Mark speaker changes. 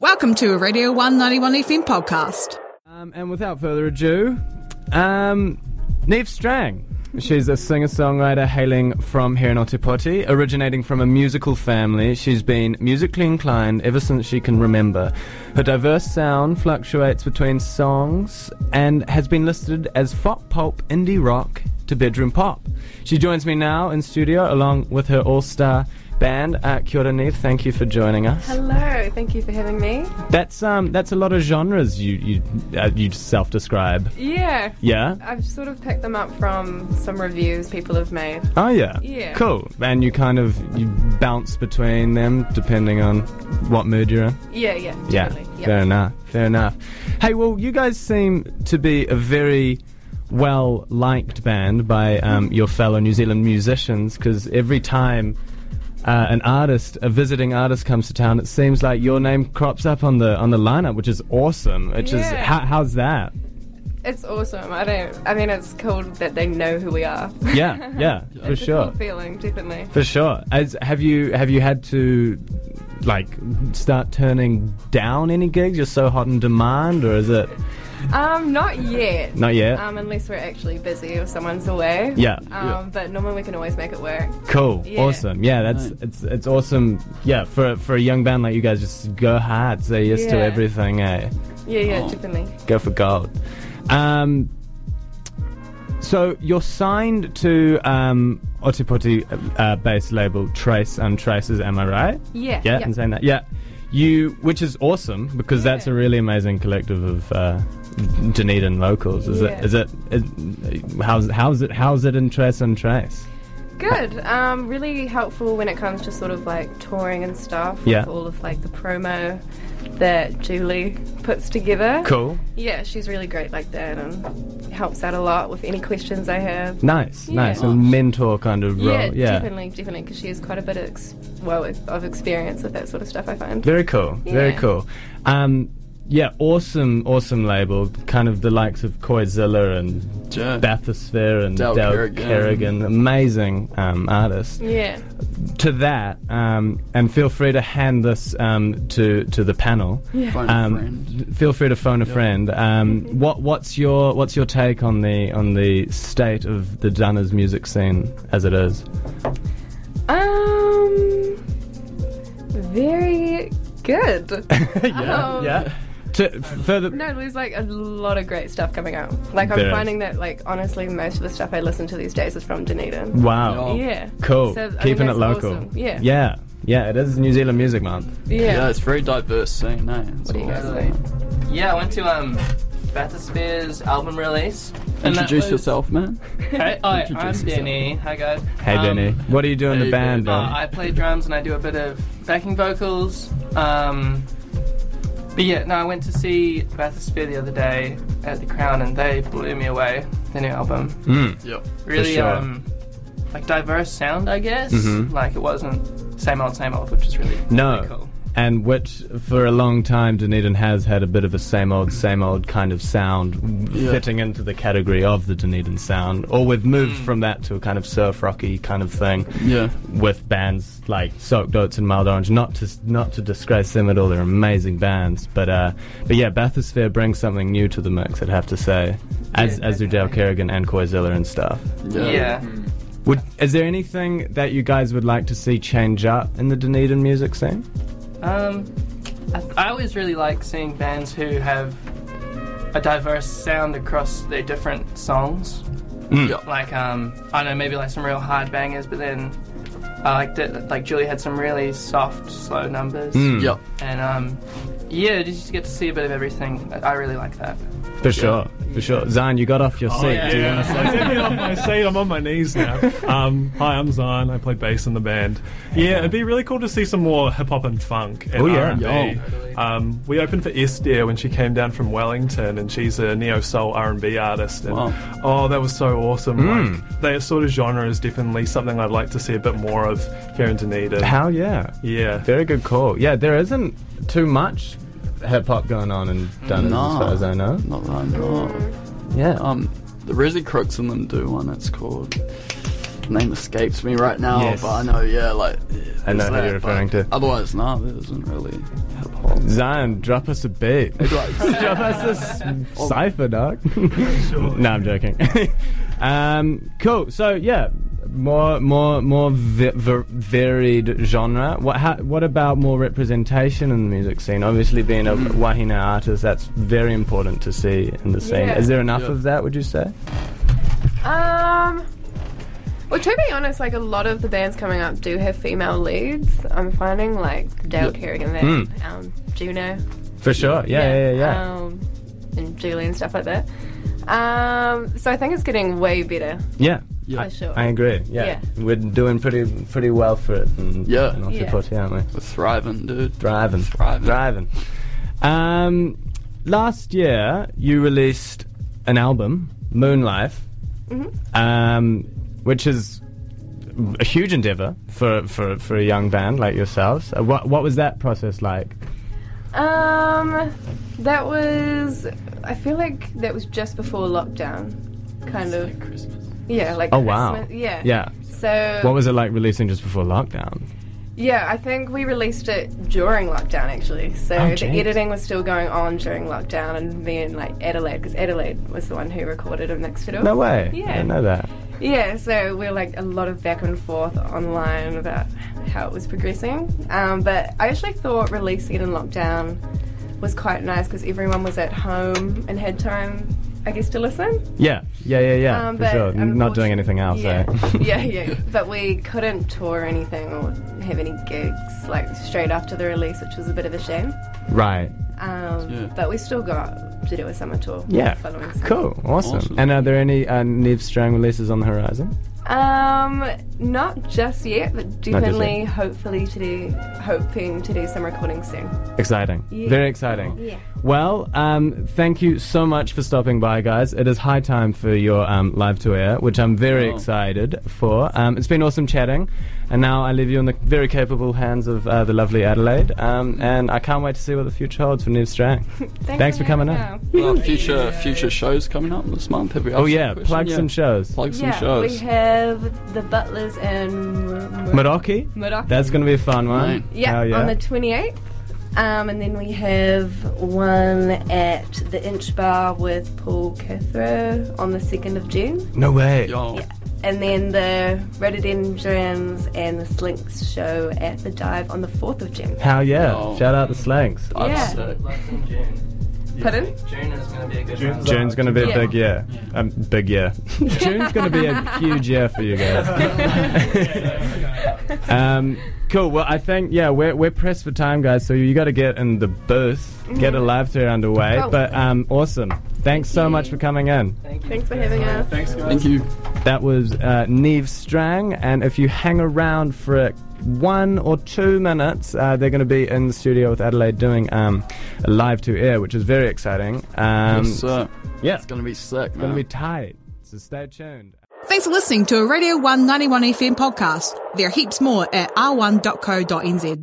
Speaker 1: Welcome to a Radio 191 FM podcast.
Speaker 2: Um, and without further ado, um, Neve Strang. She's a singer songwriter hailing from here in Otipoti, originating from a musical family. She's been musically inclined ever since she can remember. Her diverse sound fluctuates between songs and has been listed as folk pulp, indie rock to bedroom pop. She joins me now in studio along with her all star band. Uh, Kia ora, Neve. Thank you for joining us.
Speaker 3: Hello, thank you for having me.
Speaker 2: That's um, that's a lot of genres you you uh, you self-describe.
Speaker 3: Yeah.
Speaker 2: Yeah.
Speaker 3: I've sort of picked them up from some reviews people have made.
Speaker 2: Oh yeah.
Speaker 3: Yeah.
Speaker 2: Cool. And you kind of you bounce between them depending on what mood you're in.
Speaker 3: Yeah, yeah,
Speaker 2: Yeah.
Speaker 3: totally.
Speaker 2: Fair enough. Fair enough. Hey, well, you guys seem to be a very well liked band by um, your fellow New Zealand musicians because every time. Uh, an artist, a visiting artist, comes to town. It seems like your name crops up on the on the lineup, which is awesome. Which is
Speaker 3: Yeah.
Speaker 2: how, how's that?
Speaker 3: It's awesome. I don't. I mean, it's cool that they know who we are.
Speaker 2: Yeah, yeah, for
Speaker 3: it's a cool
Speaker 2: sure.
Speaker 3: feeling, definitely.
Speaker 2: For sure. As have you have you had to like start turning down any gigs? You're so hot in demand, or is it
Speaker 3: Um, not yet.
Speaker 2: not yet?
Speaker 3: Um, unless we're actually busy or someone's away.
Speaker 2: Yeah.
Speaker 3: Um,
Speaker 2: Yeah.
Speaker 3: but normally we can always make it work.
Speaker 2: cool.
Speaker 3: yeah.
Speaker 2: Awesome. Yeah, that's it's it's awesome. Yeah, for for a young band like you guys, just go hard, say yes to
Speaker 3: Yeah.
Speaker 2: everything. Eh?
Speaker 3: Yeah, yeah, definitely.
Speaker 2: Go for gold. Um, so you're signed to um, Otipoti uh, uh, based label Trace and Traces, am I right?
Speaker 3: Yeah.
Speaker 2: yeah, and saying that. Yeah, you, which is awesome because that's
Speaker 3: Yeah.
Speaker 2: a really amazing collective of uh, Dunedin locals. Is
Speaker 3: Yeah.
Speaker 2: it? Is it? Is, how's how's it? How's it in Trace and Trace?
Speaker 3: Good. Um, really helpful when it comes to sort of like touring and stuff. with
Speaker 2: Yeah.
Speaker 3: all of like the promo that Julie puts together.
Speaker 2: Cool.
Speaker 3: Yeah, she's really great like that and helps out a lot with any questions I have.
Speaker 2: Nice,
Speaker 3: Yeah.
Speaker 2: nice, a mentor kind of role.
Speaker 3: Yeah,
Speaker 2: Yeah,
Speaker 3: definitely, definitely, because she has quite a bit of ex- well of experience with that sort of stuff. I find.
Speaker 2: very cool, very
Speaker 3: Yeah.
Speaker 2: cool. Um, yeah, awesome, awesome label. Kind of the likes of Koizilla and
Speaker 4: Yeah.
Speaker 2: Bathysphere and Del,
Speaker 4: Del
Speaker 2: Kerrigan.
Speaker 4: Kerrigan.
Speaker 2: Amazing um, artist.
Speaker 3: Yeah,
Speaker 2: to that, um, and feel free to hand this um, to to the panel.
Speaker 4: Phone a
Speaker 2: Um,
Speaker 4: friend.
Speaker 2: feel free to phone a friend. Um, what what's your what's your take on the on the state of the Dunners music scene as it is?
Speaker 3: um, very good.
Speaker 2: yeah,
Speaker 3: Um,
Speaker 2: yeah. To, f- further,
Speaker 3: No, there's like a lot of great stuff coming out. Like I'm
Speaker 2: There is.
Speaker 3: finding that like honestly, most of the stuff I listen to these days is from Dunedin.
Speaker 2: wow,
Speaker 4: Oh.
Speaker 3: Yeah.
Speaker 2: cool,
Speaker 3: So, I mean,
Speaker 2: keeping it
Speaker 3: that's
Speaker 2: local.
Speaker 3: awesome. Yeah.
Speaker 2: yeah, yeah. It is New Zealand Music Month.
Speaker 3: Yeah.
Speaker 4: Yeah, it's very diverse scene, eh? It's
Speaker 3: What do you guys
Speaker 4: awesome.
Speaker 3: think?
Speaker 5: Yeah, I went to um, Bathysphere's album release. and that
Speaker 4: Introduce
Speaker 5: was-
Speaker 4: yourself, man.
Speaker 5: Hey, hi,
Speaker 4: Introduce
Speaker 5: I'm
Speaker 4: yourself.
Speaker 5: Danny. Hi, guys.
Speaker 2: Hey,
Speaker 5: Um,
Speaker 2: Denny, what do you do in the
Speaker 4: hey,
Speaker 2: band?
Speaker 4: Ben.
Speaker 5: uh,
Speaker 2: man?
Speaker 5: I play drums and I do a bit of backing vocals. Um, but yeah, no, I went to see Bathysphere the other day at the Crown and they blew me away. Their new album.
Speaker 2: Mm.
Speaker 4: Yep.
Speaker 5: Really,
Speaker 2: sure.
Speaker 5: um, like diverse sound, I guess.
Speaker 2: Mhm.
Speaker 5: Like it wasn't same old, same old, which is really,
Speaker 2: No.
Speaker 5: really cool.
Speaker 2: And which, for a long time, Dunedin has had a bit of a same old, same old kind of sound
Speaker 4: Yeah.
Speaker 2: fitting into the category of the Dunedin sound. Or we've moved
Speaker 5: Mm.
Speaker 2: from that to a kind of surf rocky kind of thing
Speaker 4: Yeah.
Speaker 2: with bands like Soaked Oats and Mild Orange. Not to not to disgrace them at all; they're amazing bands. But uh, but yeah, Bathysphere brings something new to the mix. I'd have to say, as
Speaker 3: Yeah,
Speaker 2: as do Dale
Speaker 3: definitely.
Speaker 2: Kerrigan and Koizilla and stuff.
Speaker 4: Yeah.
Speaker 5: yeah.
Speaker 2: Would is there anything that you guys would like to see change up in the Dunedin music scene?
Speaker 5: Um, I, I always really like seeing bands who have a diverse sound across their different songs.
Speaker 2: Mm.
Speaker 4: Yeah.
Speaker 5: Like, um, I don't know, maybe like some real hard bangers, but then I liked it. Like, Julie had some really soft, slow numbers.
Speaker 2: Mm.
Speaker 4: Yeah.
Speaker 5: And, um, yeah, just get to see a bit of everything. I I really like that.
Speaker 2: For sure, for sure. Zan, you got off your seat.
Speaker 5: yeah.
Speaker 2: Do you
Speaker 6: Yeah,
Speaker 2: wanna-
Speaker 6: so get me off my seat. I'm on my knees now. Um, hi, I'm Zion. I play bass in the band. Yeah, it'd be really cool to see some more hip hop and funk and
Speaker 2: Oh, yeah.
Speaker 6: R&B.
Speaker 2: Yeah.
Speaker 6: Um, we opened for Esther when she came down from Wellington, and she's a neo soul R&B artist. And
Speaker 4: Wow.
Speaker 6: oh, that was so awesome!
Speaker 2: Hmm.
Speaker 6: Like that sort of genre is definitely something I'd like to see a bit more of here in Dunedin.
Speaker 2: How? Yeah.
Speaker 6: Yeah.
Speaker 2: Very good call. Yeah, there isn't too much hip hop going on in Dunedin, as
Speaker 4: Nah.
Speaker 2: far as I know.
Speaker 4: Not that I know. of.
Speaker 2: Yeah.
Speaker 4: Um, the Resi Crooks and them do one. It's called. the Name escapes me right now,
Speaker 2: Yes.
Speaker 4: but I know. Yeah, like. yeah,
Speaker 2: I know
Speaker 4: there's
Speaker 2: who you're
Speaker 4: that, but
Speaker 2: referring to.
Speaker 4: Otherwise, nah, there isn't really hip hop
Speaker 2: Zion, drop us a beat. drop us a s- cipher, dog. no, I'm joking. um, cool. So yeah, more, more, more vi- ver- varied genre. What, how, what about more representation in the music scene? Obviously, being a Wahina artist, that's very important to see in the scene.
Speaker 3: Yeah.
Speaker 2: Is there enough
Speaker 4: Yeah.
Speaker 2: of that? Would you say?
Speaker 3: Um. Well, to be honest, like a lot of the bands coming up do have female leads. I'm finding like Dale
Speaker 4: Yeah.
Speaker 3: Kerrigan there,
Speaker 2: Mm.
Speaker 3: um, Juno,
Speaker 2: For sure. Yeah, yeah, yeah. yeah.
Speaker 3: um, and Julie and stuff like that. Um, so I think it's getting way better
Speaker 2: Yeah.
Speaker 4: Yeah.
Speaker 3: for sure.
Speaker 2: I agree. Yeah. we're doing pretty pretty well for it. In,
Speaker 4: Yeah.
Speaker 2: in Naughty
Speaker 3: Yeah.
Speaker 2: Potty, aren't we?
Speaker 4: We're thriving, dude.
Speaker 2: Driving.
Speaker 4: Thriving.
Speaker 2: Driving. Um, last year, you released an album, Moonlife,
Speaker 3: Mm-hmm.
Speaker 2: um, which is a huge endeavor for, for, for a young band like yourselves. Uh, what, what was that process like?
Speaker 3: Um, that was. I feel like that was just before lockdown, kind of. Yeah, like
Speaker 2: Oh, wow.
Speaker 3: Christmas- Yeah.
Speaker 2: Yeah.
Speaker 3: So
Speaker 2: What was it like releasing just before lockdown?
Speaker 3: yeah, I think we released it during lockdown actually. So
Speaker 2: Oh,
Speaker 3: the
Speaker 2: jeez.
Speaker 3: editing was still going on during lockdown, and me and like Adelaide, because Adelaide was the one who recorded and mixed it up.
Speaker 2: No way. I
Speaker 3: Yeah.
Speaker 2: didn't know that.
Speaker 3: Yeah, so we're like a lot of back and forth online about how it was progressing. Um, but I actually thought releasing it in lockdown was quite nice because everyone was at home and had time, I guess, to listen.
Speaker 2: Yeah, yeah, yeah, yeah.
Speaker 3: Um,
Speaker 2: for sure. N- Not doing
Speaker 3: unfortunately-
Speaker 2: anything else,
Speaker 3: Yeah.
Speaker 2: eh?
Speaker 3: yeah, yeah. But we couldn't tour anything or have any gigs like straight after the release, which was a bit of a shame.
Speaker 2: right.
Speaker 3: Um,
Speaker 4: Yeah.
Speaker 3: But we still got to do a summer tour.
Speaker 2: Yeah.
Speaker 3: Following summer.
Speaker 2: Cool. Awesome.
Speaker 4: Awesome.
Speaker 2: And are there any uh, Neve Strang releases on the horizon?
Speaker 3: Um, not just yet, but
Speaker 2: yet.
Speaker 3: definitely, hopefully today, hoping to do some recording soon.
Speaker 2: Exciting.
Speaker 3: Yeah.
Speaker 2: Very exciting.
Speaker 3: Yeah.
Speaker 2: Well, um, thank you so much for stopping by, guys. It is high time for your um, live to air, which I'm very
Speaker 4: Oh.
Speaker 2: excited for. Um, it's been awesome chatting, and now I leave you in the very capable hands of uh, the lovely Adelaide. Um, and I can't wait to see what the future holds for Neve Strang. Thanks for coming in.
Speaker 4: Well, future future shows coming up this month. Have we
Speaker 2: Oh
Speaker 4: asked that
Speaker 2: yeah,
Speaker 4: question?
Speaker 2: plug some shows.
Speaker 4: Plug some
Speaker 3: Yeah,
Speaker 4: shows.
Speaker 3: we have the Butlers and
Speaker 2: Meraki.
Speaker 3: Meraki.
Speaker 2: That's going to be a fun one.
Speaker 4: Right.
Speaker 3: yeah,
Speaker 2: Hell yeah.
Speaker 3: on the 28th. Um, and then we have one at the Inch Bar with Paul Cathro on the 2nd of June.
Speaker 2: no way.
Speaker 4: Yo.
Speaker 3: And then the Rhododendrons and the Slinks show at the Dive on the 4th of June.
Speaker 2: Hell yeah.
Speaker 4: Yo.
Speaker 2: Shout out the Slangs.
Speaker 4: I'd
Speaker 3: Yeah.
Speaker 4: say.
Speaker 5: Like in June.
Speaker 3: Pardon?
Speaker 5: June is going to be a good
Speaker 6: June's
Speaker 5: month.
Speaker 6: up.
Speaker 2: June's going to be a
Speaker 3: Yeah.
Speaker 2: big year. Um, big year. June's going to be a huge year for you guys. um, cool. Well, I think yeah, we're we're pressed for time, guys. So you got to get in the booth, get a live tour underway.
Speaker 3: Oh.
Speaker 2: But um, awesome. Thanks so much for coming in.
Speaker 3: Thanks for having us.
Speaker 6: Thanks, guys.
Speaker 4: Thank you.
Speaker 2: That was uh, Neve Strang, and if you hang around for one or two minutes, uh, they're going to be in the studio with Adelaide doing um, a live to air, which is very exciting. Um,
Speaker 4: yes, sir.
Speaker 2: yeah,
Speaker 4: It's gonna be sick, man.
Speaker 2: going to be tight. So stay tuned.
Speaker 1: Thanks for listening to a Radio 191 FM podcast. There are heaps more at r1.co.nz.